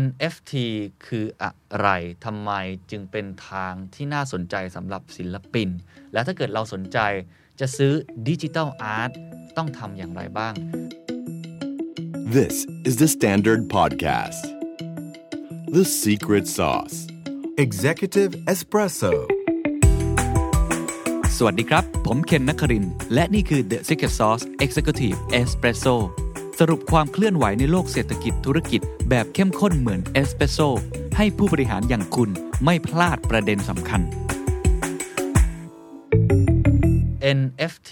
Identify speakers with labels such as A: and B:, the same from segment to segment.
A: NFT คืออะไรทำไมจึงเป็นทางที่น่าสนใจสำหรับศิลปิน และถ้าเกิดเราสนใจจะซื้อดิจิ t a ลอาร์ตต้องทำอย่างไรบ้าง
B: This is the Standard Podcast. The secret sauce.
C: Executive Espresso.
D: สวัสดีครับ ผมเคนนักครินทร์และนี่คือ The Secret Sauce Executive Espresso สรุปความเคลื่อนไหวในโลกเศรษฐกิจธุรกิจแบบเข้มข้นเหมือนเอสเปรสโซให้ผู้บริหารอย่างคุณไม่พลาดประเด็นสำคัญ
A: NFT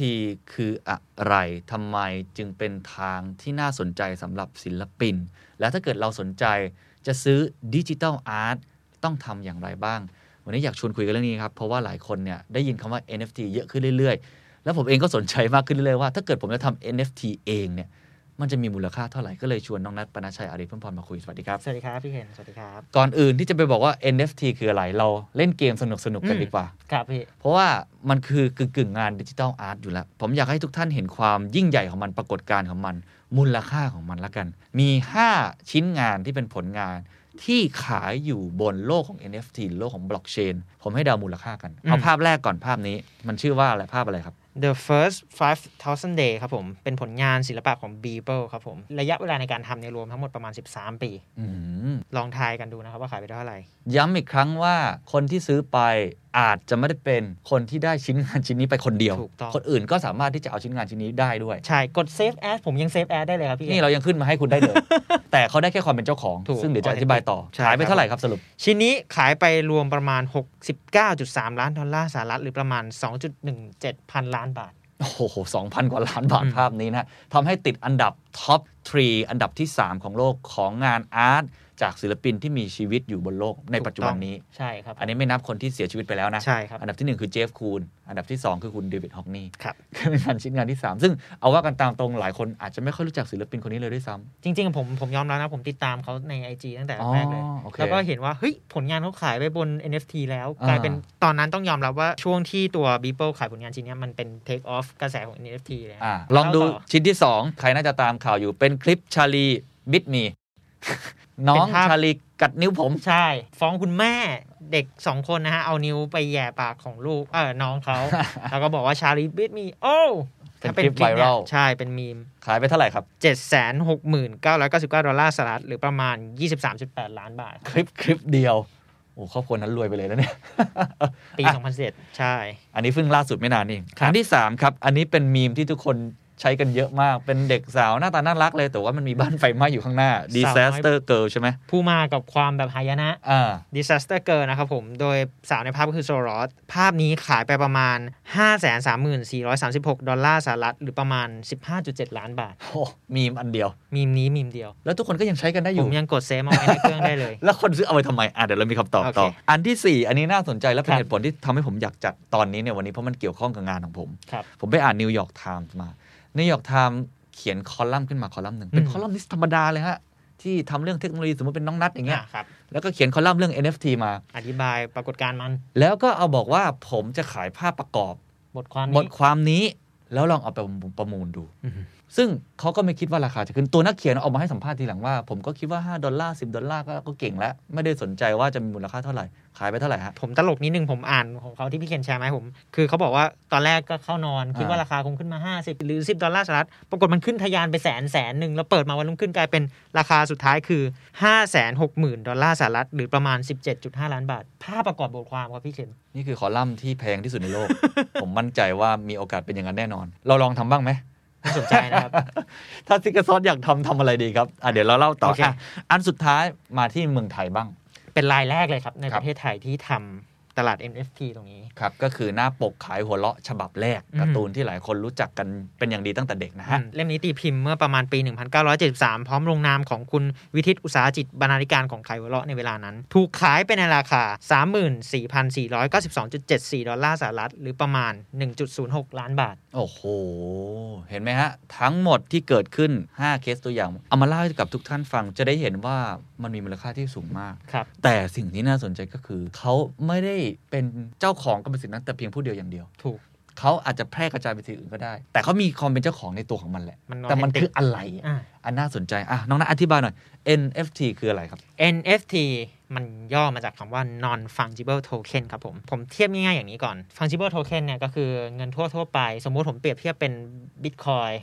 A: คืออะไรทำไมจึงเป็นทางที่น่าสนใจสำหรับศิลปิน และถ้าเกิดเราสนใจจะซื้อดิจิ t a ลอาร์ตต้องทำอย่างไรบ้าง วันนี้อยากชวนคุยกันเรื่องนี้ครับ เพราะว่าหลายคนเนี่ยได้ยินคำว่า NFT เยอะขึ้นเรื่อยๆ แล้วผมเองก็สนใจมากขึ้นเรื่อยๆ ว่าถ้าเกิดผมจะทำ NFT เองเนี่ยมันจะมีมูลค่าเท่าไหร่ก็เลยชวนน้องนัทปนัชชัยอารีเพิ่มพรมาคุยสวัสดีครับ
E: สวัสดีครับพี่เคนสวัสดีครับ
A: ก่อนอื่นที่จะไปบอกว่า NFT คืออะไรเราเล่นเกมสนุกๆกันดีกว่า
E: ครับพี่
A: เพราะว่ามันคือกึ่งกึ่งๆงานดิจิทัลอาร์ตอยู่แล้ว ผมอยากให้ทุกท่านเห็นความยิ่งใหญ่ของมันปรากฏการณ์ของมัน มูลค่าของมันละกัน มี 5 ชิ้นงานที่เป็นผลงาน ที่ขายอยู่บนโลกของ NFT หรือโลกของบล็อกเชนผมให้เดามูลค่ากัน
E: อืม
A: เอาภาพแรกก่อนภาพนี้ มันชื่อว่าอะไรภาพอะไรครับ
E: The First 5,000 Day ครับผม เป็นผลงานศิลปะของ Beeple ครับผม ระยะเวลาในการทำในยรวมทั้งหมดประมาณ 13 ปี
A: อืม
E: ลองทายกันดูนะครับว่าขายไปเท่าไหร่
A: ย้ำอีกครั้งว่าคนที่ซื้อไปอาจจะไม่ได้เป็นคนที่ได้ชิ้นงานชิ้นนี้ไปคนเดียว
E: ถูกต้อง
A: คนอื่นก็สามารถที่จะเอาชิ้นงานชิ้นนี้ได้ด้วย
E: ใช่ กด Save As ผมยัง Save As ได้เลยครับพี่เคน
A: นี่เรายังขึ้นมาให้คุณได้ เลย แต่เขาได้แค่ความเป็นเจ้าของ
E: ถูก
A: ซึ่งเดี๋ยวจะอธิบายต่อ
E: ใช่
A: ขายไปเท่าไหร่ครับสรุป
E: ชิ้นนี้ขายไปรวมประมาณ 69.3 ล้านดอลลาร์สหรัฐ หรือประมาณ 2.17 พันล้านบาท
A: โอ้โหสองพันกว่าล้านบาท
E: อืม
A: ภาพนี้นะทำให้ติดอันดับท็อปทรีอันดับที่ 3 ของโลกของงานอาร์ตจากศิลปินที่มีชีวิตอยู่บนโลกในปัจจุบันนี้
E: ถูกต้องใช่ครับ
A: อันนี้ไม่นับคนที่เสียชีวิตไปแล้วนะ
E: ใช่ครับ
A: อันดับทีหนึ่งคือเจฟคูนอันดับที่ 2 คือคุณเดวิดฮอกนี่
E: ครับ
A: เป็นงานชิ้นงานที่ 3 ซึ่งเอาว่ากันตามตรงหลายคนอาจจะไม่ค่อยรู้จักศิลปินคนนี้เลยด้วยซ้ำ
E: จริงๆ ผมผมยอมแล้วนะ ผมติดตามเขาใน IG ตั้งแต่แรกเลย
A: อ๋อโอเค
E: แล้วก็เห็นว่า เฮ้ย ผลงานเขาขายไปบน NFT แล้ว
A: อ่าก ก
E: ลายเป็นตอนนั้นต้องยอมรับว่าช่วงที่ตัว b e e p l e ขายผลงานชิ้นเนี้ยมันเป็น take off กระแสของ NFT เลย
A: อ่ะ
E: อะ
A: ลองดู
E: เาต่
A: ชิ้นที่ 2 ใครน่าจะตามข่าวอยู่เป็นคลิปชาลีบิดมี น้อง
E: เป็นภาพ
A: ชาลีกัดนิ้วผม
E: ใช่ ฟ้องคุณแม่เด็ก 2 คนนะฮะ เอานิ้วไปแหย่ปากของลูก เออน้องเขา แล้วก็บอกว่าชาลีบิดมี โอ้
A: เป็น
E: ถ้า
A: คลิปไว
E: เนี่
A: รั
E: ย
A: ล
E: ใช่เป็นมีม
A: ขายไปเท่าไหร่ครับ
E: 769,999 ดอลลาร์สหรัฐหรือประมาณ 23.8 ล้านบาท
A: คลิปคลิปเดียว โอ้ครอบครัวนั้นรวยไปเลยนะเนี่ย
E: ปี
A: อ่ะ
E: 2007ใช่
A: อันนี้เพิ่งล่าสุดไม่นานนี่เอง
E: ครับ
A: อันที่ 3 ครับ อันนี้เป็นมีมที่ทุกคนใช้กันเยอะมาก เป็นเด็กสาวหน้าตาน่ารักเลย แต่ว่ามันมีบ้านไฟไหม้อยู่ข้างหน้า disaster girl ใช่ไหม
E: ผู้มากับความแบบหายนะ
A: อ่า
E: Disaster Girl นะครับผม โดยสาวในภาพก็คือโซโรส ภาพนี้ขายไปประมาณ 534,436 ดอลลาร์สหรัฐ หรือประมาณ 15.7 ล้านบาท
A: โอ้มีมอันเดียว
E: มีมนี้มีมเดียว
A: แล้วทุกคนก็ยังใช้กันได้อ
E: ผ
A: ยู่
E: มยังกดเซฟเอาไว้ในเครื่องได้เลย
A: แล้วคนซื้อเอาไปทำไม อ่ะเดี๋ยวเรามีคำตอบต่อ
E: โอเค
A: อันที่ 4 อันนี้น่าสนใจและเป็น
E: ครับ
A: เหตุผลที่ทำให้ผมอยากจัดตอนนี้เนี่ยวันนี้เพราะมันเกี่ยวข้องกับงานของผม
E: ครับ
A: ผมไปอ่านนิวยอร์กไทม์มา นิวยอร์กไทม์เขียนคอลัมน์ขึ้นมาคอลัมน์หนึ่ง เป็น
E: อืม
A: คอลัมนิสต์ธรรมดาเลยฮะ ที่ทำเรื่องเทคโนโลยีสมมติเป็นน้องนัดอย่างเงี้ย
E: อ่ะครับ
A: แล้วก็เขียนคอลัมน์เรื่อง NFT มา
E: อธิบายปรากฏการณ์มัน
A: แล้วก็เอาบอกว่าผมจะขายภาพประกอบบ
E: ทความ
A: บ
E: นี้
A: ทความนี้ แล้วลองเอาไปประมูลดู
E: อือฮึ
A: ซึ่งเขาก็ไม่คิดว่าราคาจะขึ้น ตัวนักเขียนออกมาให้สัมภาษณ์ทีหลังว่า ผมก็คิดว่า 5 ดอลลาร์ 10 ดอลลาร์ก็ก็เก่งแล้ว ไม่ได้สนใจว่าจะมีมูลค่าเท่าไหร่ ขายไปเท่าไหร่ฮะ
E: ผมตลกนิดนึงผมอ่านของเขาที่พี่เคนแชร์มาให้ผม คือเขาบอกว่าตอนแรกก็เข้านอน คิดว่า
A: อ่า
E: ราคาคงขึ้นมา 50 หรือ 10 ดอลลาร์สหรัฐ ปรากฏมันขึ้นทะยานไปแสนแสนหนึ่งแล้วเปิดมาวันรุ่งขึ้นกลายเป็นราคาสุดท้ายคือ 5 6 0 0 0 0 ดอลลาร์สหรัฐ หรือประมาณ 17.5 ล้านบาท ภาพประกอบบทความครับพี่เคน
A: นี่คือคอลัมน์ที่แพงที่สุดในโลก ผมมั่นใจว่ามีโอกาสเป็นอย่างนั้นแน่นอน เราลองทำบ้างไหม
E: น่าสนใจนะครับ
A: ถ้าซิกเกอร์ซอสอยากทำทำอะไรดีครับอ่ะเดี๋ยวเราเล่าต่อ
E: โอเค
A: อ่ะอันสุดท้ายมาที่เมืองไทยบ้าง
E: เป็นรายแรกเลยครับใน
A: ครั
E: ป
A: บ
E: ระเทศไทยที่ทำตลาด NFT ตรงนี้
A: ครับ ก็คือหน้าปกขายหัวเราะฉบับแรก
E: อืม
A: การ์ตูนที่หลายคนรู้จักกันเป็นอย่างดีตั้งแต่เด็กนะฮะ
E: อืมเล่มนี้ตีพิมพ์เมื่อประมาณปี 1973 พร้อมลงนามของคุณวิทิตอุตสาหจิตบรรณาธิการของไขวะเลาะในเวลานั้น ถูกขายไปในราคา 34,492.74 ดอลลาร์สหรัฐ หรือประมาณ 1.06 ล้านบาท
A: โอ้โห เห็นไหมฮะ ทั้งหมดที่เกิดขึ้น 5 เคสตัวอย่าง เอามาเล่าให้กับทุกท่านฟังจะได้เห็นว่ามันมีมูลค่าที่สูงมาก
E: ครับ
A: แต่สิ่งที่น่าสนใจก็คือ เขาไม่ได้เป็นเจ้าของกรรมสิทธิ์นั้นแต่เพียงผู้เดียวอย่างเดียว
E: ถูก
A: เขาอาจจะแพร่กระจายไปที่อื่นก็ได้ แต่เขามีความเป็นเจ้าของในตัวของมันแหละ
E: มัน
A: แต่มัน
E: authentic
A: คืออะไรอะ
E: อ่า
A: อันน่าสนใจอ่ะน้องนัทอธิบายหน่อย NFT คืออะไรครับ
E: NFT มันย่อมาจากคำว่า non fungible token ครับผม ผมเทียบง่ายๆอย่างนี้ก่อน fungible token เนี่ยก็คือเงินทั่วทั่วๆไป สมมุติผมเปรียบเทียบเป็น Bitcoin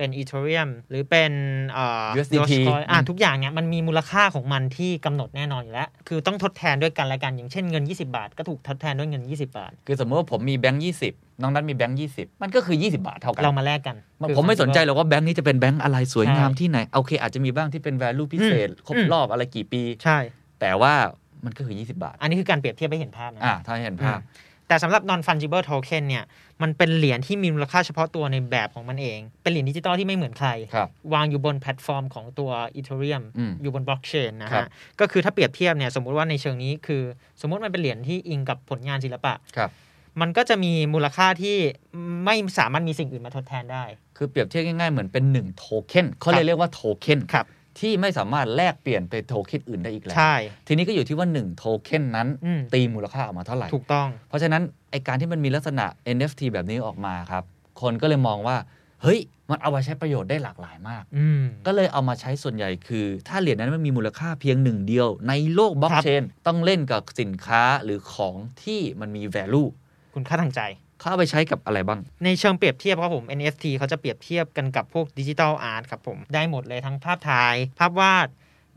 E: เป็น Ethereum หรือเป็นเอ่อ
A: USDT
E: Dogecoin อ่ะ
A: อืม
E: ทุกอย่างเนี่ยมันมีมูลค่าของมันที่กำหนดแน่นอนอยู่แล้ว คือต้องทดแทนด้วยกันและกัน อย่างเช่นเงิน 20 บาท ก็ถูกทดแทนด้วยเงิน 20 บาท
A: คือสมมติว่าผมมีแบงค์ยีน้องนัทมีแบงค์ยีมันก็คือ 20 บาทเท่ากัน
E: เรามาแลกกัน
A: มัน
E: คือ
A: ผมไม่สนใจหรอกว่าแบงค์นี้จะเป็นแบงค์อะไรสวยงาม
E: ใช่
A: ที่ไหนโอเค อาจจะมีบ้างที่เป็น value พิเศษ ครบ
E: อืม
A: รอบอะไรกี่ปี
E: ใช่
A: แต่ว่ามันก็คือ 20 บาท
E: อันนี้คือการเปรียบเทียบให้เห็นภาพนะ
A: อ่ะถ้าเห็นภาพ
E: แต่สำหรับ non fungible token เนี่ย มันเป็นเหรียญที่มีมูลค่าเฉพาะตัวในแบบของมันเอง เป็นเหรียญดิจิตอลที่ไม่เหมือนใคร
A: ครับ
E: วางอยู่บนแพลตฟอร์มของตัว Ethereum
A: อืม
E: อยู่บนบล็อกเชนนะ
A: ครั
E: ฮะ
A: บ
E: ก็คือถ้าเปรียบเทียบเนี่ย สมมุติว่าในเชิงนี้คือ สมมุติมันเป็นเหรียญที่อิงกับผลงานศิลปะ
A: ครับ
E: มันก็จะมีมูลค่าที่ไม่สามารถมีสิ่งอื่นมาทดแทนได้
A: คือเปรียบเทียบง่ายๆ เหมือนเป็นหนึ่งโทเค็นเขาเลยเรียกว่าโทเค็น
E: ครับ
A: ที่ไม่สามารถแลกเปลี่ยนไปโทเค็นอื่นได้อีกแล้ว
E: ใช่
A: ทีนี้ก็อยู่ที่ว่า1โทเค็นนั้น
E: อืม
A: ตีมูลค่าออกมาเท่าไหร่
E: ถูกต้อง
A: เพราะฉะนั้น ไอการที่มันมีลักษณะ NFT แบบนี้ออกมาครับ คนก็เลยมองว่า เฮ้ย มันเอามาใช้ประโยชน์ได้หลากหลายมาก
E: อืม
A: ก็เลยเอามาใช้ส่วนใหญ่คือ ถ้าเหรียญนั้นมันมีมูลค่าเพียงหนึ่งเดียว ในโลกบล็อกเชน ต้องเล่นกับสินค้าหรือของที่มันมี value
E: คุณค่าทางใจ
A: เขาเอาไปใช้กับอะไรบ้าง
E: ในเชิงเปรียบเทียบครับผม NFT เขาจะเปรียบเทียบกันกับพวกดิจิทัลอาร์ตครับผม ได้หมดเลยทั้งภาพถ่าย ภาพวาด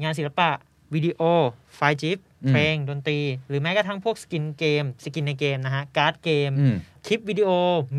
E: งานศิลปะ วิดีโอ ไฟล์จิฟ
A: อืม
E: เพลง ดนตรี หรือแม้กระทั่งพวกสกินเกม สกินในเกมนะฮะ การ์ดเกม
A: อืม
E: คลิปวิดีโอ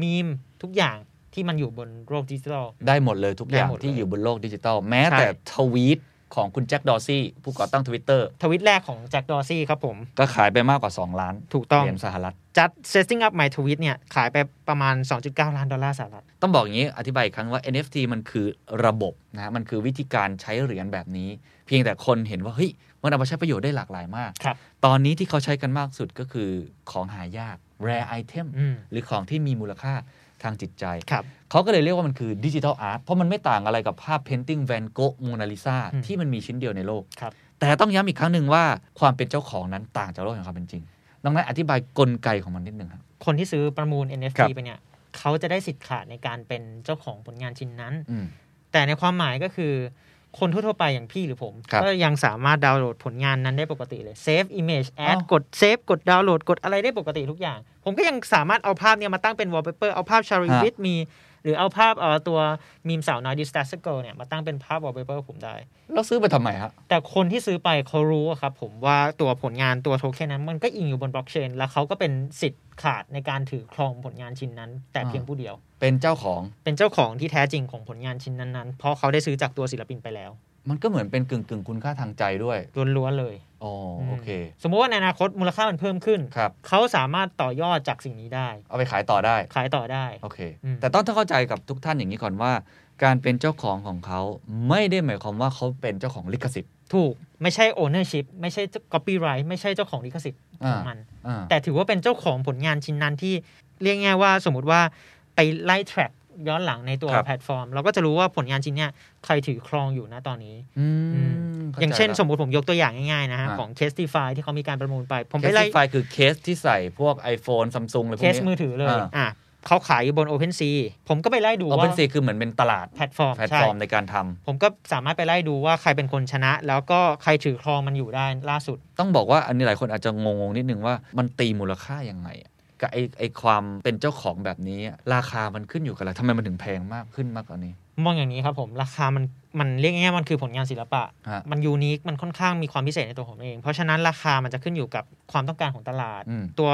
E: มีม ทุกอย่างที่มันอยู่บนโลกดิจิทัล
A: ได้หมดเลยทุกอย่าง
E: ได้หมดเลย
A: ที่อยู่บนโลกดิจิตอลแม้
E: ใช่
A: แต่ทวีตของคุณแจ็คดอร์ซี่ผู้ก่อตั้ง Twitter
E: ทวิตแรกของแจ็คดอร์ซี่ครับผม
A: ก็ขายไปมากกว่า 2 ล้าน
E: ถูกต้อง
A: เหรียญสหรัฐ
E: จัด setting up my tweet เนี่ย ขายไปประมาณ 2.9 ล้านดอลลาร์สหรัฐ
A: ต้องบอกอย่างนี้อธิบายอีกครั้งว่า NFT มันคือระบบนะฮะมันคือวิธีการใช้เหรียญแบบนี้ เพียงแต่คนเห็นว่า เฮ้ย มันเอามาใช้ประโยชน์ได้หลากหลายมาก
E: ครับ
A: ตอนนี้ที่เขาใช้กันมากสุดก็คือของหายาก rare item
E: อืม
A: หรือของที่มีมูลค่าทางจิตใจ
E: ครับ
A: เขาก็เลยเรียกว่ามันคือดิจิทัลอาร์ตเพราะมันไม่ต่างอะไรกับภาพเพนติ n งแวนโก g h โมนาลิซา
E: อืม
A: ที่มันมีชิ้นเดียวในโลก
E: ครับ
A: แต่ต้องย้ำอีกครั้งหนึ่งว่าความเป็นเจ้าของนั้นต่างจากโลกแห่งความเป็นจริงน้องนัทอธิบายกลไกของมันนิดหนึ่งครับ
E: คนที่ซื้อประมูล NFT
A: ครับ
E: ไปเนี่ยเขาจะได้สิทธิ์ขาดในการเป็นเจ้าของผลงานชิ้นนั้น
A: อืม
E: แต่ในความหมายก็คือคนทั่ว ๆ ไปอย่างพี่หรือผม
A: ครับ
E: ก็ยังสามารถดาวน์โหลดผลงานนั้นได้ปกติเลย Save Image Add กด Save กดดาวน์โหลดกดอะไรได้ปกติทุกอย่าง ผมก็ยังสามารถเอาภาพเนี่ยมาตั้งเป็น wallpaper เอาภาพ Shari with me หรือเอาภาพเอ่อตัวมีมสาวน้อย d i s t a s g o เนี่ยมาตั้งเป็นภาพ wallpaper ผมได้
A: แล้วซื้อไปทำไมฮะ
E: แต่คนที่ซื้อไปเขารู้อะครับผมว่าตัวผลงานตัวโทเค็นนั้นมันก็อิงอยู่บนบล็อกเชนแล้วเขาก็เป็นสิทธิ์ขาดในการถือครองผลงานชิ้นนั้น แต่เพียง
A: อ่า
E: ผู้เดียว
A: เป็นเจ้าของ
E: เป็นเจ้าของที่แท้จริงของผลงานชิ้นนั้นๆ เพราะเขาได้ซื้อจากตัวศิลปินไปแล้ว
A: มันก็เหมือนเป็นกึ่งกึ่งๆคุณค่าทางใจด้วย
E: ล้วนๆเลย
A: อ๋อ
E: ม
A: โอเค
E: สมมุติว่าในอนาคตมูลค่ามันเพิ่มขึ้น
A: ครับ
E: เขาสามารถต่อยอดจากสิ่งนี้ได้
A: เอาไปขายต่อได้
E: ขายต่อได้
A: โอเค
E: อืม
A: แต่ต้องเข้าใจกับทุกท่านอย่างนี้ก่อนว่า การเป็นเจ้าของของเขาไม่ได้หมายความว่าเขาเป็นเจ้าของลิขสิทธิ์
E: ถูกไม่ใช่ ownership ไม่ใช่ copyright ไม่ใช่เจ้าของลิขสิทธิ์ข
A: อ่า
E: องมัน
A: อ่า
E: แต่ถือว่าเป็นเจ้าของผลงานชิ้นนั้นที่เรียกง่ายว่าสมมติว่าไปไล่ track ย้อนหลังในตัวแพลตฟอร์ม เราก็จะรู้ว่าผลงานชิ้นเนี้ยใครถือครองอยู่นะตอนนี้
A: อื
E: อื
A: มข้ใจ
E: อย่างเช่น
A: ละ
E: สมมติผมยกตัวอย่างง่ายๆนะฮะ
A: อ่า
E: ของ c a s t i f y ที่เขามีการประมูลไป ผม
A: เค
E: ไป
A: ส
E: ไล่
A: ที่ไฟล์คือเคสที่ใส่พวก iPhone Samsung อะไรพว
E: เค
A: กนี้
E: สมือถือเลย
A: อ่า
E: อ่ะเขาขายอยู่บน OpenSea ผมก็ไปไล่ดู
A: โอเป
E: ว่าน
A: ซีคือเหมือนเป็นตลาด
E: แพลตฟอร์ม
A: แพลต
E: ใช่
A: ฟอร์มในการทำ
E: ผมก็สามารถไปไล่ดูว่าใครเป็นคนชนะ แล้วก็ใครถือครองมันอยู่ได้ล่าสุด
A: ต้องบอกว่าอันนี้หลายคนอาจจะงงๆนิดนึงว่ามันตีมูลค่ายังไงอะกับไอไอความเป็นเจ้าของแบบนี้อะราคามันขึ้นอยู่กับอะไรทำไมมันถึงแพงมากขึ้นมากกว่านี้
E: มองอย่างนี้ครับผม ราคามันมันเรียกง่ายๆมันคือผลงานศิลปะ
A: ฮะ
E: มันยูนิค มันค่อนข้างมีความพิเศษในตัวผมเอง เพราะฉะนั้นราคามันจะขึ้นอยู่กับความต้องการของตลาด
A: อืม
E: ตัว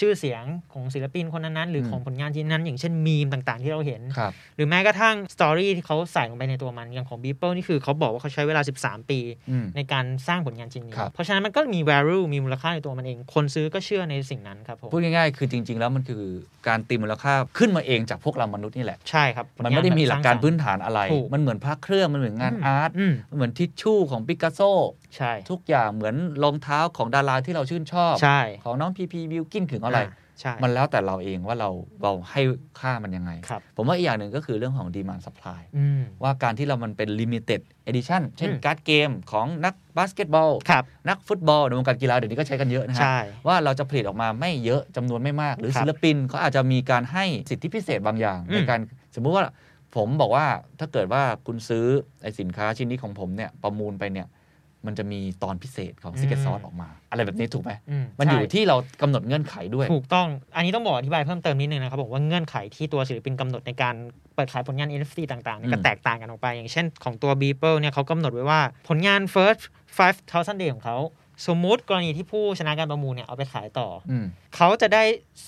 E: ชื่อเสียงของศิลปินคนนั้นๆหรืออ
A: ม
E: ของผลงานชิ้นนั้น อย่างเช่นมีมต่างๆ ที่เราเห็น
A: ครับ
E: หรือแม้กระทั่งสตอรี่ที่เขาใส่ลงไปในตัวมันอย่างของบีเปิลนี่คือเขาบอกว่าเขาใช้เวลา 13 ปี
A: อืม
E: ในการสร้างผลงานชิ้นนี้
A: ครับ
E: เพราะฉะนั้นมันก็มี value มีมูลค่าในตัวมันเอง คนซื้อก็เชื่อในสิ่งนั้นครับผม
A: พูดง่ายๆ คือจริง ๆ แล้วมันคือการตีมูลค่าขึ้นมาเองจากพวกเรามนุษย์นี่แหละ
E: ใช่ครับผลงา
A: มันไม่ได้มีหลักการพื้น
E: แบบส
A: ฐานอะไร
E: ถูก
A: มันเหมือนพระเครื่อง มันเหมือนงาน
E: อืม
A: อาร์
E: ร้า
A: ต
E: งสรรค์อืม
A: มันเหมือนทิชชู่ของปิกัสโซ
E: ใช่
A: ทุกอย่างเหมือนรองเท้าของดาราที่เราชื่นชอบ
E: ใช่
A: ของน้องพีพีบิวกินถึงอะไร
E: อ่า ใช่
A: มันแล้วแต่เราเองว่าเราเราให้ค่ามันยังไง
E: ครับ
A: ผมว่าอีกอย่างหนึ่งก็คือเรื่องของ demand supply
E: อืม
A: ว่าการที่เรามันเป็น limited edition เช่น
E: อืม
A: การ์ดเกมของนักบาสเกตบอล
E: ครับ
A: นักฟุตบอลในวงการกีฬาเดี๋ยวนี้ก็ใช้กันเยอะนะฮะ
E: ใช่
A: ว่าเราจะผลิตออกมาไม่เยอะจำนวนไม่มาก หรือ
E: ครับ
A: ศิลปินเขาอาจจะมีการให้สิทธิพิเศษบางอย่าง
E: อืม
A: ในการสมมุติว่าผมบอกว่าถ้าเกิดว่าคุณซื้อไอสินค้าชิ้นนี้ของผมเนี่ยประมูลไปเนี่ยมันจะมีตอนพิเศษของซิกเก็ต
E: อืม
A: ซอสออกมา อะไรแบบนี้ถูกไหม
E: อื
A: มันอยู่
E: ใช่
A: ที่เรากำหนดเงื่อนไขด้วย
E: ถูกต้อง อันนี้ต้องบอกอธิบายเพิ่มเติมนิดนึงนะครับ บอกว่าเงื่อนไขที่ตัวศิลปินกำหนดในการเปิดขายผลงาน NFT ต่างๆเนี่ย
A: อืม
E: ก็แตกต่างกันออกไป อย่างเช่นของตัว b e e p l e เนี่ยเขากำหนดไว้ว่าผลงาน first 5,000 day ของเขา สมมุติกรณีที่ผู้ชนะการประมูลเนี่ยเอาไปขายต่อ
A: ืม
E: เขาจะได้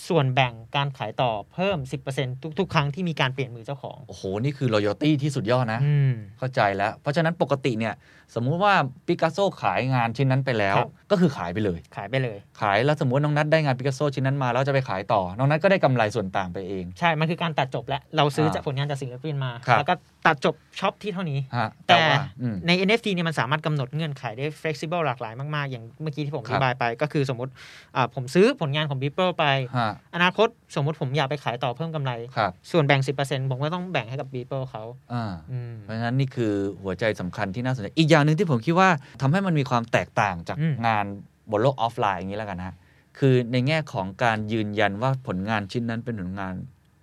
E: ส่วนแบ่งการขายต่อเพิ่ม 10%ทุก ๆ ครั้งที่มีการเปลี่ยนมือเจ้าของ
A: โอ้โห นี่คือ loyalty ที่สุดยอดนะ
E: อืม
A: เข้าใจแล้ว เพราะฉะนั้นปกติเนี่ยสมมุติว่าปิกัสโซขายงานชิ้นนั้นไปแล้ว
E: ครับ
A: ก็คือขายไปเลย
E: ขายไปเลย
A: ขายแล้วสมมติน้องนัทได้งานปิกัสโซชิ้นนั้นมาแล้วจะไปขายต่อ น้องนัทก็ได้กำไรส่วนต่างไปเอง
E: ใช่ มันคือการตัดจบแล้ว เราซื้อจาก
A: อ่า
E: ผลงานจากศิลปินมา
A: ครับ
E: แล้วก็ตัดจบช็อปที่เท่านี้
A: ฮะ
E: แต่
A: ว่าอืม
E: ใน NFT เนี่ยมันสามารถกำหนดเงื่อนไขได้ flexible หลากหลายมาก ๆ อย่างเมื่อกี้ที่ผม
A: ค
E: อ
A: รับ
E: ธิบายไป ก็คือสมมติอ่าผมซื้อผลงานของ Beeple ไป
A: ฮะ
E: อนาคตสมมติผมอยากไปขายต่อเพิ่มกำไร
A: ครับ
E: ส่วนแบ่ง 10%ผมก็ต้องแบ่งให้กับ Beeple เขา
A: อ่า
E: อืม
A: เพราะฉะนั้นนี่คือหัวใจสำคัญที่น่าสนใจ อีกอย่างหนึ่งที่ผมคิดว่าทำให้มันมีความแตกต่างจาก
E: อืม
A: งานบนโลกออฟไลน์อย่างนี้แล้วกันนะ คือในแง่ของการยืนยันว่าผลงานชิ้นนั้นเป็นผลงาน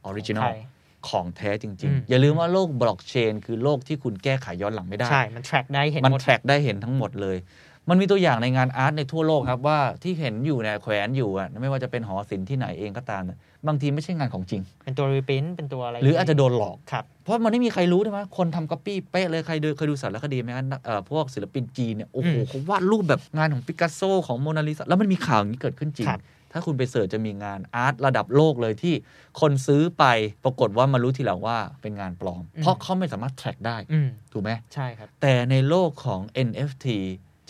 A: ออริจินอ
E: ใช่
A: ลของแท้จริง
E: อืม
A: ๆ อย่าลืมว่าโลกบล็อกเชนคือโลกที่คุณแก้ไขย้อนหลังไม่ได้
E: ใช่ มัน track ได้เห็น
A: มัน
E: หมด
A: แทร็กได้เห็นทั้งหมดเลย มันมีตัวอย่างในงานอาร์ตในทั่วโลกครับว่าที่เห็นอยู่เนี่ยแขวนอยู่อะไม่ว่าจะเป็นหอศิลป์ที่ไหนเองก็ตามเนี่ยบางทีไม่ใช่งานของจริง
E: เป็นตัว reprint เป็นตัวอะไร
A: หรืออาจจะโดนหลอก
E: ครับ
A: เพราะมันไม่มีใครรู้ใช่ไหมคนทำก๊อปปี้เป๊ะเลย ใครดูเคยดูสารคดีไหมฮะนักเอ่อพวกศิลปินจีนเนี่ยโอ้โห
E: อืม
A: เขาวาดรูปแบบงานของปิกัสโซของโมนาลิซาแล้วมันมีข่าวอย่างนี้เกิดขึ้นจริง
E: ครับ
A: ถ้าคุณไปเสิร์ชจะมีงานอาร์ตระดับโลกเลยที่คนซื้อไปปรากฏว่ามารู้ทีหลังว่าเป็นงานปลอม เพราะเขาไม่สามารถแทร็กได้
E: อืม
A: ถูกไหม
E: ใช่ครับ
A: แต่ในโลกของ NFT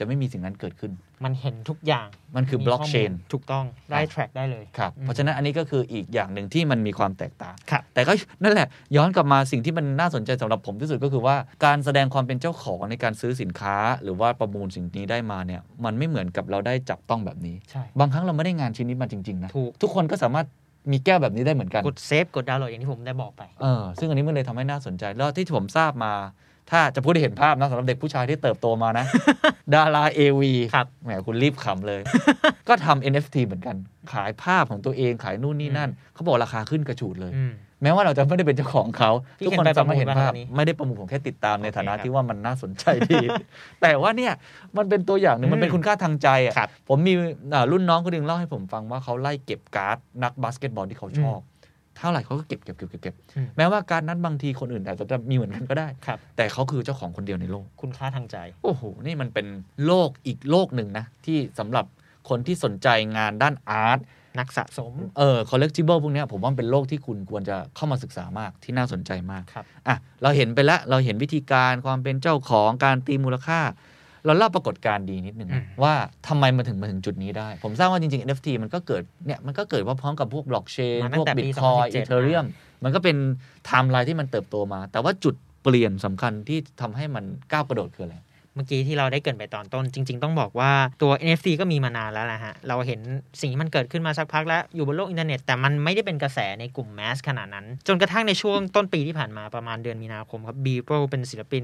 A: จะไม่มีสิ่งนั้นเกิดขึ้น
E: มันเห็นทุกอย่าง
A: มันคือ blockchain
E: มีข้มูลถูกต้องได้
A: ครับ
E: track ได้เลย
A: ครับ
E: อืม
A: เพราะฉะนั้นอันนี้ก็คืออีกอย่างหนึ่งที่มันมีความแตกต่าง
E: ครับ
A: แต่ก็ นั่นแหละ ย้อนกลับมาสิ่งที่มันน่าสนใจสำหรับผมที่สุดก็คือว่าการแสดงความเป็นเจ้าของในการซื้อสินค้า หรือว่าประมูลสิ่งนี้ได้มาเนี่ยมันไม่เหมือนกับเราได้จับต้องแบบนี้
E: ใช่
A: บางครั้งเราไม่ได้งานชิ้นนี้มาจริงๆนะ
E: ถูก
A: ทุกคนก็สามารถมีแก้วแบบนี้ได้เหมือนกัน
E: กดเซฟกดดาวน์โหลดอย่างที่ผมได้บอกไป
A: เออซึ่งอันนี้มันเลยทำให้น่าสนใจ แล้วที่ผมทราบมา ถ้าจะพูดให้เห็นภาพนะสำหรับเด็กผู้ชายที่เติบโตมานะ ดาราเอวี
E: ครับ
A: แหมคุณรีบขำเลย ก็ทำ NFT เหมือนกัน ขายภาพของตัวเองขายนู่นนี่นั่น เขาบอกราคาขึ้นกระฉูดเลย
E: อืม
A: แม้ว่าเราจะไม่ได้เป็นเจ้าของเขา
E: พี่
A: ทุกคนสามารถเห็
E: เห็น
A: น
E: ไปประมูล
A: ภาพ
E: บ้างอันนี้
A: ไม่ได้ประมูลผมแค่ติดตามในฐานะ
E: โอเคครับ
A: ที่ว่ามันน่าสนใจ ดี แต่ว่าเนี่ยมันเป็นตัวอย่างหนึ่งมันเป็น
E: อืม
A: คุณค่าทางใจอ่ะ
E: ครับ
A: ผมมีอ่ารุ่นน้องคนหนึงเล่าให้ผมฟังว่าเขาไล่เก็บการ์ดนักบาสเกตบอลที่เขาชอบ เท่าไหร่เขาก็เก็บเก็บเก็บเก็บเก็บ
E: อืม
A: แม้ว่าการดนั้นบางทีคนอื่นอาจจะมีเหมือนกันก็ได้
E: ครับ
A: แต่เขาคือเจ้าของคนเดียวในโลก
E: คุณค่าทางใจ
A: โอ้โห นี่มันเป็นโลกอีกโลกหนึ่งนะที่สำหรับคนที่สนใจงานด้านอาร์ต
E: นักสะสม
A: เออ collectible พวกเนี้ยผมว่ามันเป็นโลกที่คุณควรจะเข้ามาศึกษามากที่น่าสนใจมาก
E: ครับ
A: อ่ะเราเห็นไปแล้วเราเห็นวิธีการความเป็นเจ้าของการตีมูลค่า เราเล่าปรากฏการณ์ดีนิดนึงนะ
E: อืม
A: ว่าทำไมมันถึงมาถึงจุดนี้ได้ ผมทราบว่าจริงๆ NFT มันก็เกิดเนี่ยมันก็เกิดว่าพร้อมกับพวกบล็อกเชน
E: มา
A: พ
E: ตั้
A: ว
E: ง
A: ก
E: แต่
A: บิ
E: ปี
A: ตคอย
E: 2017
A: อีเทเรียมมันก็เป็นไทม์ไลน์ที่มันเติบโตมา แต่ว่าจุดเปลี่ยนสำคัญที่ทำให้มันก้าวกระโดดคืออะไร
E: เมื่อกี้ที่เราได้เกรินไปตอนต้น จริง ๆ ต้องบอกว่าตัว NFT ก็มีมานานแล้วนะฮะ เราเห็นสิ่งที่มันเกิดขึ้นมาสักพักแล้ว อยู่บนโลกอินเทอร์เน็ต แต่มันไม่ได้เป็นกระแสในกลุ่มแมสขนาดนั้น จนกระทั่งในช่วงต้นปีที่ผ่านมาประมาณเดือนมีนาคมครับ b e e p l e เป็นศิลปิน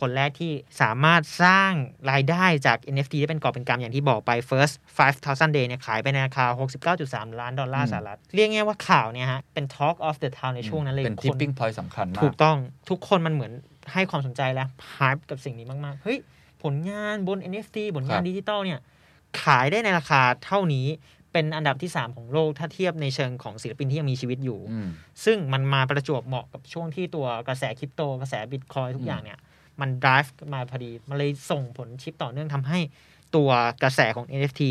E: คนแรกที่สามารถสร้างรายได้จาก NFT ได้เป็นกอบเป็นกำอย่างที่บอกไป first 5,000 day เนี่ยขายไปในราคา 69.3 ล้านดอลลาร์สหรัฐเรียกง่ายๆว่าข่าวเนี่ยฮะเป็น talk of the town ในช่วงนั้นเลย
A: เป็น
E: คน
A: tipping point สำคัญมา
E: ถู
A: ก
E: กต้องทุกคนมันเหมือนให้ความสนใจแล้วฮาร์ปกับสิ่งนี้มาก ๆ เฮ้ย ผลงานบน NFT ผลงา
A: คน รับ
E: ดิจิตอลเนี่ย ขายได้ในราคาเท่านี้เป็นอันดับที่ 3 ของโลก ถ้าเทียบในเชิงของศิลปินที่ยังมีชีวิตอยู่
A: อืม
E: ซึ่งมันมาประจวบเหมาะกับช่วงที่ตัวกระแสคริปโต กระแสบิตคอยทุกอย่างเนี่ย มัน drive มาพอดี มันเลยส่งผลชิปต่อเนื่องทำให้ตัวกระแสของ NFT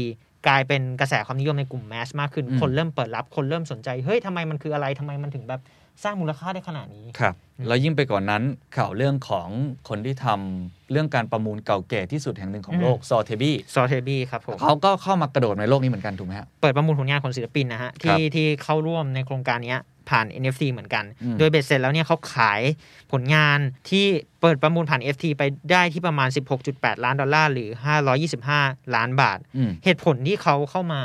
E: กลายเป็นกระแสความนิยมในกลุ่มแมสมากขึ้น
A: อืม
E: คนเริ่มเปิดรับคนเริ่มสนใจเฮ้ยทำไมมันคืออะไรทำไมมันถึงแบบสร้างมูลค่าได้ขนาดนี้
A: ครับแล้วยิ่งไปกว่อนนั้นข่าวเรื่องของคนที่ทำเรื่องการประมูลเก่าแก่ที่สุดแห่งหนึ่งของโลกซอเทบี้
E: ซอเทบี้ครับผม
A: เขาก็เข้ามากระโดดในโลกนี้เหมือนกันถูกไหมฮะ
E: เปิดประมูลผลงานของศิลปินนะฮะ
A: ครับ
E: ที่ที่เข้าร่วมในโครงการเนี้ยผ่าน NFT เหมือนกัน
A: อืม
E: โดยเบ็ดเสร็จแล้วเนี่ยเขาขายผลงานที่เปิดประมูลผ่าน FT ไปได้ที่ประมาณ 16.8 ล้านดอลลาร์ หรือ 525 ล้านบาท
A: อืม
E: เหตุผลที่เขาเข้ามา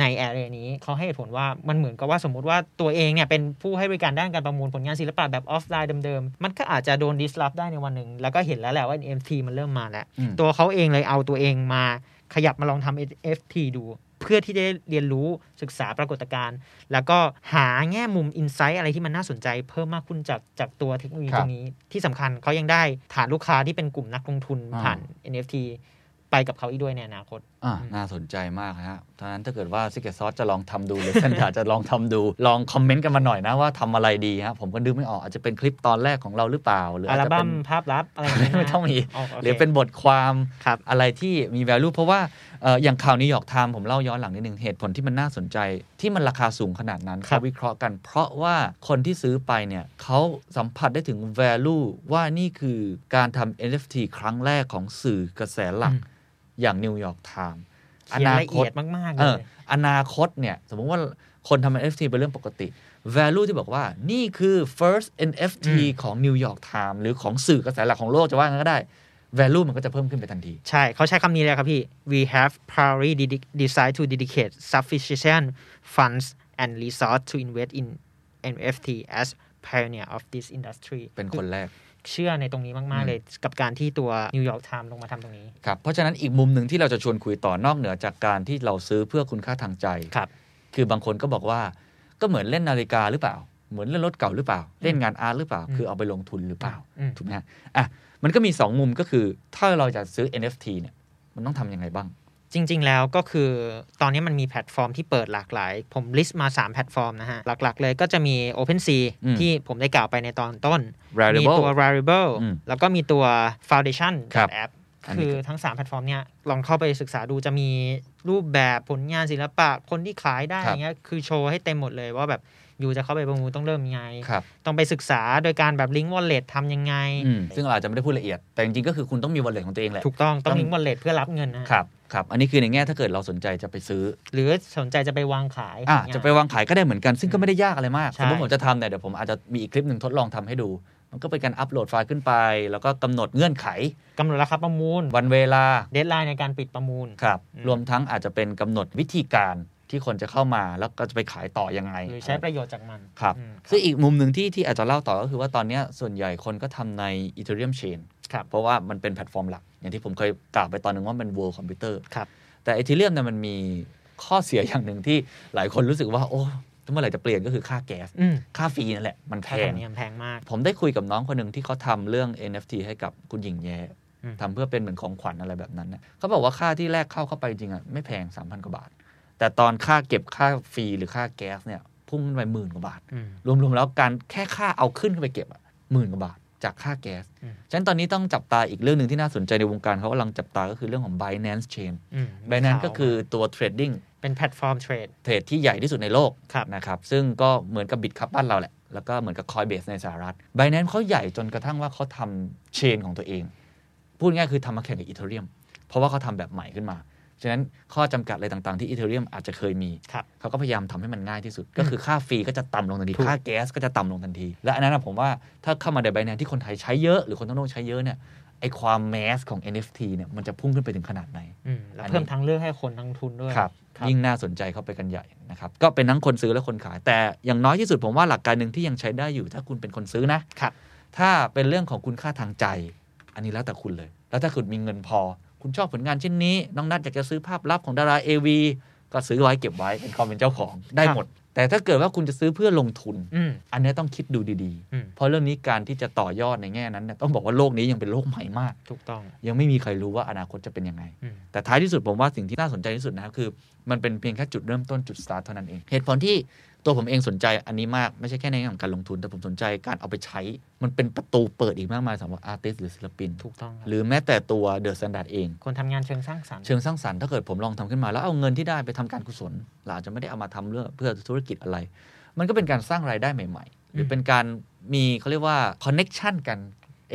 E: ในแอเรียนี้เขาให้เหตุผลว่ามันเหมือนกับว่าสมมติว่าตัวเองเนี่ยเป็นผู้ให้บริการด้านการประมูลผลงานศิลปะแบบออฟไลน์เดิมๆ มันก็อาจจะโดนดิสลอฟได้ในวันหนึ่ง แล้วก็เห็นแล้วแหละว่า NFT มันเริ่มมาแล้ว
A: อืม
E: ตัวเขาเองเลยเอาตัวเองมาขยับมาลองทำ NFT ดู เพื่อที่จะได้เรียนรู้ศึกษาปรากฏการณ์แล้วก็หาแง่มุมอินไซต์อะไรที่มันน่าสนใจเพิ่มมากขึ้นจากจากตัวเทคโนโลยี
A: ครับ
E: ตรงนี้ที่สำคัญเขายังได้ฐานลูกค้าที่เป็นกลุ่มนักลงทุน
A: อ่า
E: ผ่าน NFT ไปกับเขาอีกด้วยในอนาคต
A: อ่ะน่าสนใจมากฮะท่านั้นถ้าเกิดว่าซิกเก็ตซอสจะลองทำดูหรือเซนดาจะลองทำดู ลองคอมเมนต์กันมาหน่อยนะว่าทำอะไรดีฮะผมก็นึกไม่ออกอาจจะเป็นคลิปตอนแรกของเราหรือเปล่า หรือ
E: อั
A: อาจ
E: ล
A: จะ
E: บั้
A: เป็
E: ม
A: น
E: ภาพลับอะไรอย่างเงี้ย
A: ไม่ต้องมี
E: อ๋อโค
A: หรือเป็นบทความ
E: ครับ
A: อะไรที่มี value เพราะว่าเอ่ออย่างข่าวนิวยอร์กไทม์ผมเล่าย้อนหลังนิดนึงเหตุผลที่มันน่าสนใจ ที่มันราคาสูงขนาดนั้นเขาวิเคราะห์กัน เพราะว่าคนที่ซื้อไปเนี่ยเขาสัมผัสได้ถึง value ว่านี่คือการทำ NFT ครั้งแรกของสื่อกระแสหลักอย่างนิวยอร์กไทม์
E: เขียนละเอียดมาก ๆ
A: เอ
E: เล
A: อย อนาคตเนี่ย สมมุติว่าคนทำ NFT เป็นเรื่องปกติ value ที่บอกว่านี่คือ first NFT
E: อืม
A: ของ New York Times หรือของสื่อกระแสหลักของโลกจะว่างั้นก็ได้ value มันก็จะเพิ่มขึ้นไปทันที
E: ใช่เขาใช้คำนี้เลยครับพี่ we have priority dedi- decide to dedicate sufficient funds and resource to invest in NFT as pioneer of this industry
A: เป็นคนแรก
E: เชื่อในตรงนี้มาก ๆ เลยกับการที่ตัว New York Times ลงมาทำตรงนี้
A: ครับ เพราะฉะนั้นอีกมุมหนึ่งที่เราจะชวนคุยต่อนอกเหนือจากการที่เราซื้อเพื่อคุณค่าทางใจ
E: ครับ
A: คือบางคนก็บอกว่าก็เหมือนเล่นนาฬิกาหรือเปล่า เหมือนเล่นรถเก่าหรือเปล่า เล่นงานอาร์ตหรือเปล่า
E: อืม
A: คือเอาไปลงทุนหรือเปล่า
E: อืม
A: ถูกไหมฮะอ่ะมันก็มีสองมุมก็คือถ้าเราจะซื้อ NFT เนี่ยมันต้องทำยังไงบ้าง
E: จริง ๆ แล้วก็คือตอนนี้มันมีแพลตฟอร์มที่เปิดหลากหลาย ผมลิสต์มา 3 แพลตฟอร์มนะฮะ หลัก ๆ เลยก็จะมี OpenSea
A: อืม
E: ที่ผมได้กล่าวไปในตอนต้น มี
A: Variable
E: ตัว variable
A: อืม
E: แล้วก็มีตัว foundation
A: ครับ
E: แอป
A: อันนี้
E: คือ
A: ก็
E: ทั้ง 3 แพลตฟอร์มเนี่ย ลองเข้าไปศึกษาดูจะมีรูปแบบผลงานศิลปะ คนที่ขายได้
A: ครับ
E: อย่างเงี้ย คือโชว์ให้เต็มหมดเลยว่าแบบอยู่จะเข้าไปประมูลต้องเริ่มยังไง
A: ครับ
E: ต้องไปศึกษาโดยการแบบ link wallet ทำยังไง
A: อืมซึ่งเราอาจจะไม่ได้พูดละเอียด แต่จริงๆ ก็คือคุณต้องมีวันเลทของตัวเองแหละ
E: ถูกต้องต้อ
A: ต้
E: ง
A: อง
E: link wallet เพื่อรับเงินนะฮะ
A: ครับครับอันนี้คือในแง่ถ้าเกิดเราสนใจจะไปซื้อ
E: หรือสนใจจะไปวางขาย
A: อ่ะ
E: ย่างเงี้ย
A: จะไปวางขายก็ได้เหมือนกัน ซึ่งก็ไม่ได้ยากอะไรมากส
E: ใช่
A: มมติผมจะทำเนี่ยเดี๋ยวผมอาจจะมีอีกคลิปหนึ่งทดลองทำให้ดู มันก็เป็นการอัปโหลดไฟล์ขึ้นไป แล้วก็กำหนดเงื่อนไข
E: กำหนดราคาประมูล
A: วันเวลา
E: เดทไลน์ในการปิดประมูล
A: ครับ
E: อืม
A: รวมทั้งอาจจะเป็นกำหนดวิธีการที่คนจะเข้ามาแล้วก็จะไปขายต่อยังไง
E: หรือใช้ประโยชน์จากมัน
A: ครับ
E: อืม
A: ซึ่งอีกมุมหนึ่งที่ที่อาจจะเล่าต่อก็คือว่าตอนเนี้ยส่วนใหญ่คนก็ทำใน Ethereum Chain
E: ครับ
A: เพราะว่ามันเป็นแพลตฟอร์มหลัก อย่างที่ผมเคยกล่าวไปตอนหนึงว่ามัน World Computer
E: ครับ
A: แต่ Ethereum เนี่ยมันมีข้อเสียอย่างหนึ่งที่หลายคนรู้สึกว่า โอ้เมื่อไหร่จะเปลี่ยนก็คือค่าแก๊ส
E: อืม
A: ค่าฟรีนั่นแหละ มันแพ
E: ค่าธรง รมเนียมแพงมาก
A: ผมได้คุยกับน้องคนหนึ่งที่เขาทำเรื่อง NFT ให้กับคุณหญิงแย่
E: อืม
A: ทำเพื่อเป็นเหมือนของขวัญอะไรแบบนั้นนะเขาบอกว่าค่าที่แรกเข้าเข้าไปจริงอ่ะไม่แพง 3,000 กว่าบาท แต่ตอนค่าเก็บค่าฟรีหรือค่าแก๊สเนี่ยพุ่งขึ้นไปหมื่นกว่าบาท
E: อืม
A: รวมๆแล้วการแค่ค่าเอาขึ้นไปเก็บอะหมื่นกว่าบาทจากค่าแก๊ส
E: อืม
A: ฉะนั้นตอนนี้ต้องจับตาอีกเรื่องหนึ่งที่น่าสนใจในวงการเขากำลังจับตาก็คือเรื่องของ Binance Chain
E: อืม
A: Binance ก็คือตัวเทรดดิ้ง
E: เป็นแพลตฟอร์มเทรด
A: เทรดที่ใหญ่ที่สุดในโลก
E: ครับ
A: นะครับ ซึ่งก็เหมือนกับบิตคัพบ้านเราแหละ แล้วก็เหมือนกับคอยเบสในสหรัฐ Binance เขาใหญ่จนกระทั่งว่าเขาทำเชนของตัวเอง พูดง่ายคือทำมาแข่งกับอีเทเรียมเพราะว่าเขาทำแบบใหม่ขึ้นมา ฉะนั้นข้อจำกัดอะไรต่างๆที่อีเทเรียมอาจจะเคยมี
E: ครับ
A: เขาก็พยายามทำให้มันง่ายที่สุด ก็คือค่าฟรีก็จะต่ำลงทันที
E: ถูก
A: ค่าแก๊สก็จะต่ำลงทันที และอันนั้นนะผมว่าถ้าเข้ามาในใบแนนที่คนไทยใช้เยอะ หรือคนทั้งโลกใช้เยอะเนี่ยไอความแมสของ NFT เนี่ยมันจะพุ่งขึ้นไปถึงขนาดไหน
E: อืมแล้ว
A: อันนี้
E: เพิ่มทางเลือกให้คนทั้งทุนด้วย
A: ครับ
E: ครับ
A: ยิ่งน่าสนใจเข้าไปกันใหญ่นะครับก็เป็นทั้งคนซื้อและคนขาย แต่อย่างน้อยที่สุดผมว่าหลักการหนึ่งที่ยังใช้ได้อยู่ ถ้าคุณเป็นคนซื้อนะครับ ถ้าเป็นเรื่องของคุณค่าทางใจ อันนี้แล้วแต่คุณเลย แล้วถ้าคุณมีเงินพอ คุณชอบผลงานเช่นนี้น้องนัทอยากจะซื้อภาพลับของดารา AV ก็ซื้อไว้เก็บไว้เป็นความเป็นเจ้าของได้หมด แต่ถ้าเกิดว่าคุณจะซื้อเพื่อลงทุน
E: อืม
A: อันนี้ต้องคิดดูดี
E: อืม
A: ๆ เพราะเรื่องนี้การที่จะต่อยอดในแง่นั้นเนี่ยต้องบอกว่าโลกนี้ยังเป็นโลกใหม่มาก
E: ถูกต้อง
A: ยังไม่มีใครรู้ว่าอนาคตจะเป็นยังไง
E: อืม
A: แต่ท้ายที่สุดผมว่าสิ่งที่น่าสนใจที่สุดนะครับคือ มันเป็นเพียงแค่จุดเริ่มต้นจุดสตาร์ทเท่านั้นเอง เหตุผลที่ตัวผมเองสนใจอันนี้มาก ไม่ใช่แค่ในแง่ของการลงทุน แต่ผมสนใจการเอาไปใช้ มันเป็นประตูเปิดอีกมากมายสำหรับอาร์ติสหรือศิลปิน
E: ถูกต้องครับ
A: หรือแม้แต่ตัวเดอะสแตนดาร์ดเอง
E: คนทำงานเชิงสร้างสรรค์
A: เชิงสร้างสรรค์ถ้าเกิดผมลองทำขึ้นมา แล้วเอาเงินที่ได้ไปทำการกุศลเราอาจจะไม่ได้เอามาทำเรื่องเพื่อธุรกิจอะไร มันก็เป็นการสร้างรายได้ใหม่ ๆ หรือเป็นการมีเขาเรียกว่าคอนเน็ชันกัน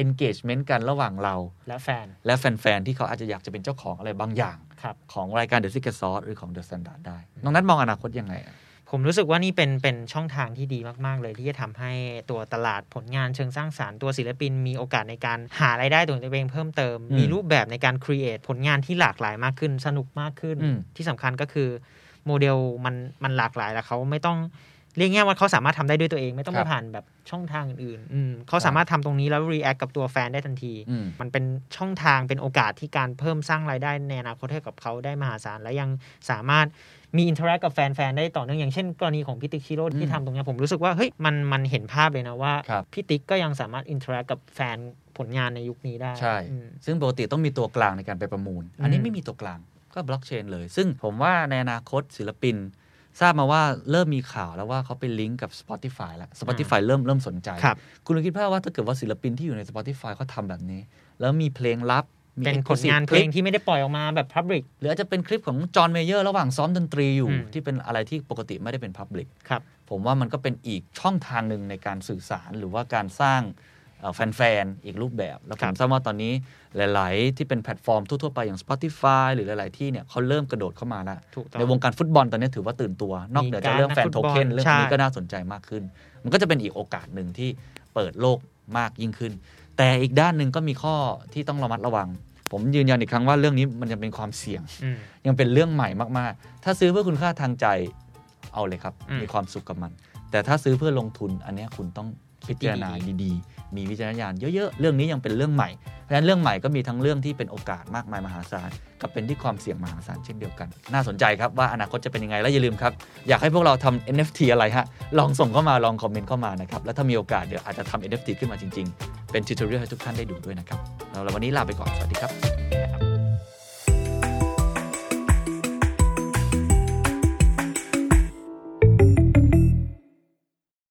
A: engagement กันระหว่างเรา
E: และแฟน
A: และแฟนๆที่เขาอาจจะอยากจะเป็นเจ้าของอะไรบางอย่าง
E: ครับ
A: ของรายการ The Secret Sauce หรือของ The Standard ได้ น้องนัทมองอนาคตยังไงอะ
E: ผมรู้สึกว่านี่เป็นเป็นช่องทางที่ดีมาก ๆ เลยที่จะทำให้ตัวตลาดผลงานเชิงสร้างสารรค์ตัวศิลปิน มีโอกาสในการหารายได้ตัวเองเพิ่มเติม
A: อืม
E: มีรูปแบบในการ create ผลงานที่หลากหลายมากขึ้น สนุกมากขึ้น
A: อืม
E: ที่สำคัญก็คือ โมเดลมันมันหลากหลายแล้วเขาไม่ต้องเรียกง่ายว่าเขาสามารถทำได้ด้วยตัวเองไม่ต้อง
A: ครั
E: มา
A: บ
E: ผ่านแบบช่องทางอื่นๆอืม
A: ค
E: เขา
A: รับ
E: สามารถทำตรงนี้แล้ว react กับตัวแฟนได้ทันที
A: อืม
E: มันเป็นช่องทางเป็นโอกาสที่การเพิ่มสร้างรายได้ในอนาคตให้กับเขาได้มหาศาล และยังสามารถมีอินเทอร์แอคกับแฟน ๆ ได้ต่อเนื่องอย่างเช่นกรณีของพี่ติ๊กชิโร่
A: อื
E: ที่
A: ม
E: ทำตรงเนี้ยผมรู้สึกว่าเฮ้ยมันมันเห็นภาพเลยนะว่า
A: ครับ
E: พี่ติ๊กก็ยังสามารถอินเทอร์แอคกับแฟนผลงานในยุคนี้ได้
A: ใช่
E: อืม
A: ซึ่งปกติต้องมีตัวกลางในการไปประมูล อันนี้
E: อืม
A: ไม่มีตัวกลาง ก็บล็อกเชนเลย ซึ่งผมว่าในอนาคตศิลปิน ทราบมาว่าเริ่มมีข่าวแล้วว่าเขาไปลิงก์กับ Spotify แล้ว Spotify เริ่มเริ่มสนใจ
E: ครับ
A: คุณลองคิดภาพว่าถ้าเกิดว่าศิลปินที่อยู่ใน Spotify เขาทำแบบนี้ แล้วมีเพลงลับ มี
E: เป็นผล
A: exclusive
E: งานเพลงที่ไม่ได้ปล่อยออกมาแบบพับลิก
A: หรืออาจจะเป็นคลิปของจอห์นเมเยอร์ระหว่างซ้อมดนตรีอยู่
E: อืม
A: ที่เป็นอะไรที่ปกติไม่ได้เป็นพับลิก
E: ครับ
A: ผมว่ามันก็เป็นอีกช่องทางหนึ่งในการสื่อสารหรือว่าการสร้างเอ่อแฟนๆ อีกรูปแบบ แล้วผ
E: ครั
A: ม
E: บ
A: ทราบว่าตอนนี้หลาย ๆ ที่เป็นแพลตฟอร์มทั่ว ๆ ไปอย่าง Spotify หรือหลาย ๆ ที่เนี่ยเขาเริ่มกระโดดเข้ามาแล้ว
E: ถูกต้อง
A: ในวงการฟุตบอลตอนนี้ถือว่าตื่นตัว นอกเหนือจากเรื่องแฟนโทเค็นเรื่องนี้
E: มีการนักฟุตบอลใช่
A: ก็น่าสนใจมากขึ้น มันก็จะเป็นอีกโอกาสหนึ่งที่เปิดโลกมากยิ่งขึ้น แต่อีกด้านหนึ่งก็มีข้อที่ต้องระมัดระวัง ผมยืนยันอีกครั้งว่าเรื่องนี้มันยังเป็นความเสี่ยง
E: อืม
A: ยังเป็นเรื่องใหม่มากๆ ถ้าซื้อเพื่อคุณค่าทางใจเอาเลยครับ
E: อืม
A: มีความสุขกับมัน แต่ถ้าซื้อเพื่อลงทุนอันเนี้ยคุณต้องพิจารณา
E: คิด
A: ดีๆ มีวิจารณญาณเยอะๆ เรื่องนี้ยังเป็นเรื่องใหม่ เพราะฉะนั้นเรื่องใหม่ก็มีทั้งเรื่องที่เป็นโอกาสมากมายมหาศาล กับเป็นที่ความเสี่ยงมหาศาลเช่นเดียวกัน น่าสนใจครับว่าอนาคตจะเป็นยังไง และอย่าลืมครับ อยากให้พวกเราทำ NFT อะไรฮะ ลองส่งเข้ามา ลองคอมเมนต์เข้ามานะครับ และถ้ามีโอกาสเดี๋ยวอาจจะทำ NFT ขึ้นมาจริงๆ เป็นทิวทอเรียให้ทุกท่านได้ดูด้วยนะครับแล้ววันนี้ลาไปก่อน สวัสดีครับ